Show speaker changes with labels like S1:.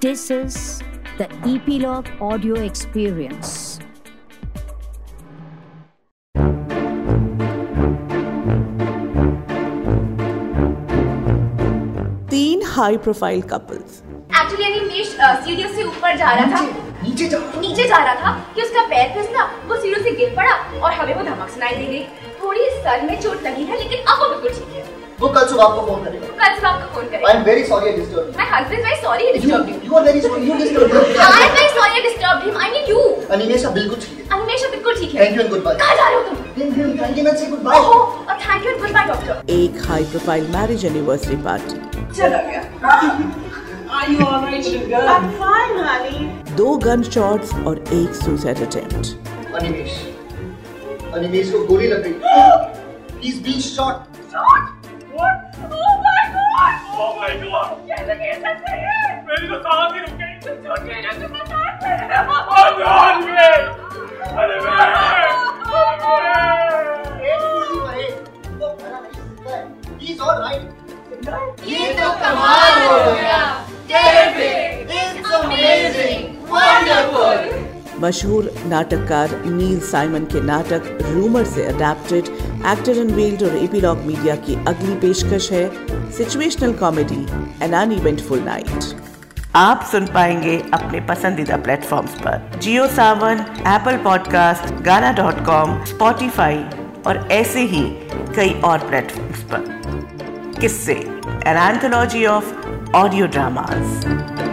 S1: This is the Epilogue Audio Experience.
S2: तीन high profile couples
S3: actually यानी मेष सीढ़ियों से ऊपर जा रहा था नीचे जा नीचे जा रहा था कि उसका पैर फिसला वो सीढ़ियों से गिर पड़ा और हमें वो धमक सुनाई दे गई थोड़ी सर में चोट लगी है लेकिन अब वो बिल्कुल ठीक है तो
S4: वो कल सुबह आपको फोन करेगा
S3: कल सुबह आपको फोन
S4: आई
S3: करें
S4: am very sorry I disturb
S3: my husband very sorry disturb
S4: you you are very sorry you disturb
S3: I am very sorry disturb him I mean you
S4: अनिमेशा बिल्कुल ठीक है
S3: हमेशा बिल्कुल ठीक है
S4: thank you and goodbye
S3: कहाँ जा रहे हो तुम
S4: then then thank you and say goodbye
S3: ओहो और thank you goodbye doctor
S2: एक high profile marriage anniversary party
S3: चला गया
S2: दो गन शॉट्स और एक सुसाइड अटेम्प्ट
S4: अनिमेश अनिमेश को गोली लग गई he is being shot
S5: Oh my god! मेरी तो सांस ही रुक गई। Oh god, man! अरे Oh man!
S4: He is alright
S3: ये तो कमाल हो गया
S4: इट्स अमेजिंग वंडरफुल
S2: मशहूर नाटककार नील साइमन के नाटक रूमर से अडेप्टेड एक्टर अनवील्ड और एपीलॉग मीडिया की अगली पेशकश है situational comedy an on eventful night
S6: आप सुन पाएंगे अपने पसंदीदा प्लेटफॉर्म्स पर जियो सावन Apple podcast Gaana dot com Spotify और ऐसे ही कई और प्लेटफॉर्म्स पर किससे an anthology of audio dramas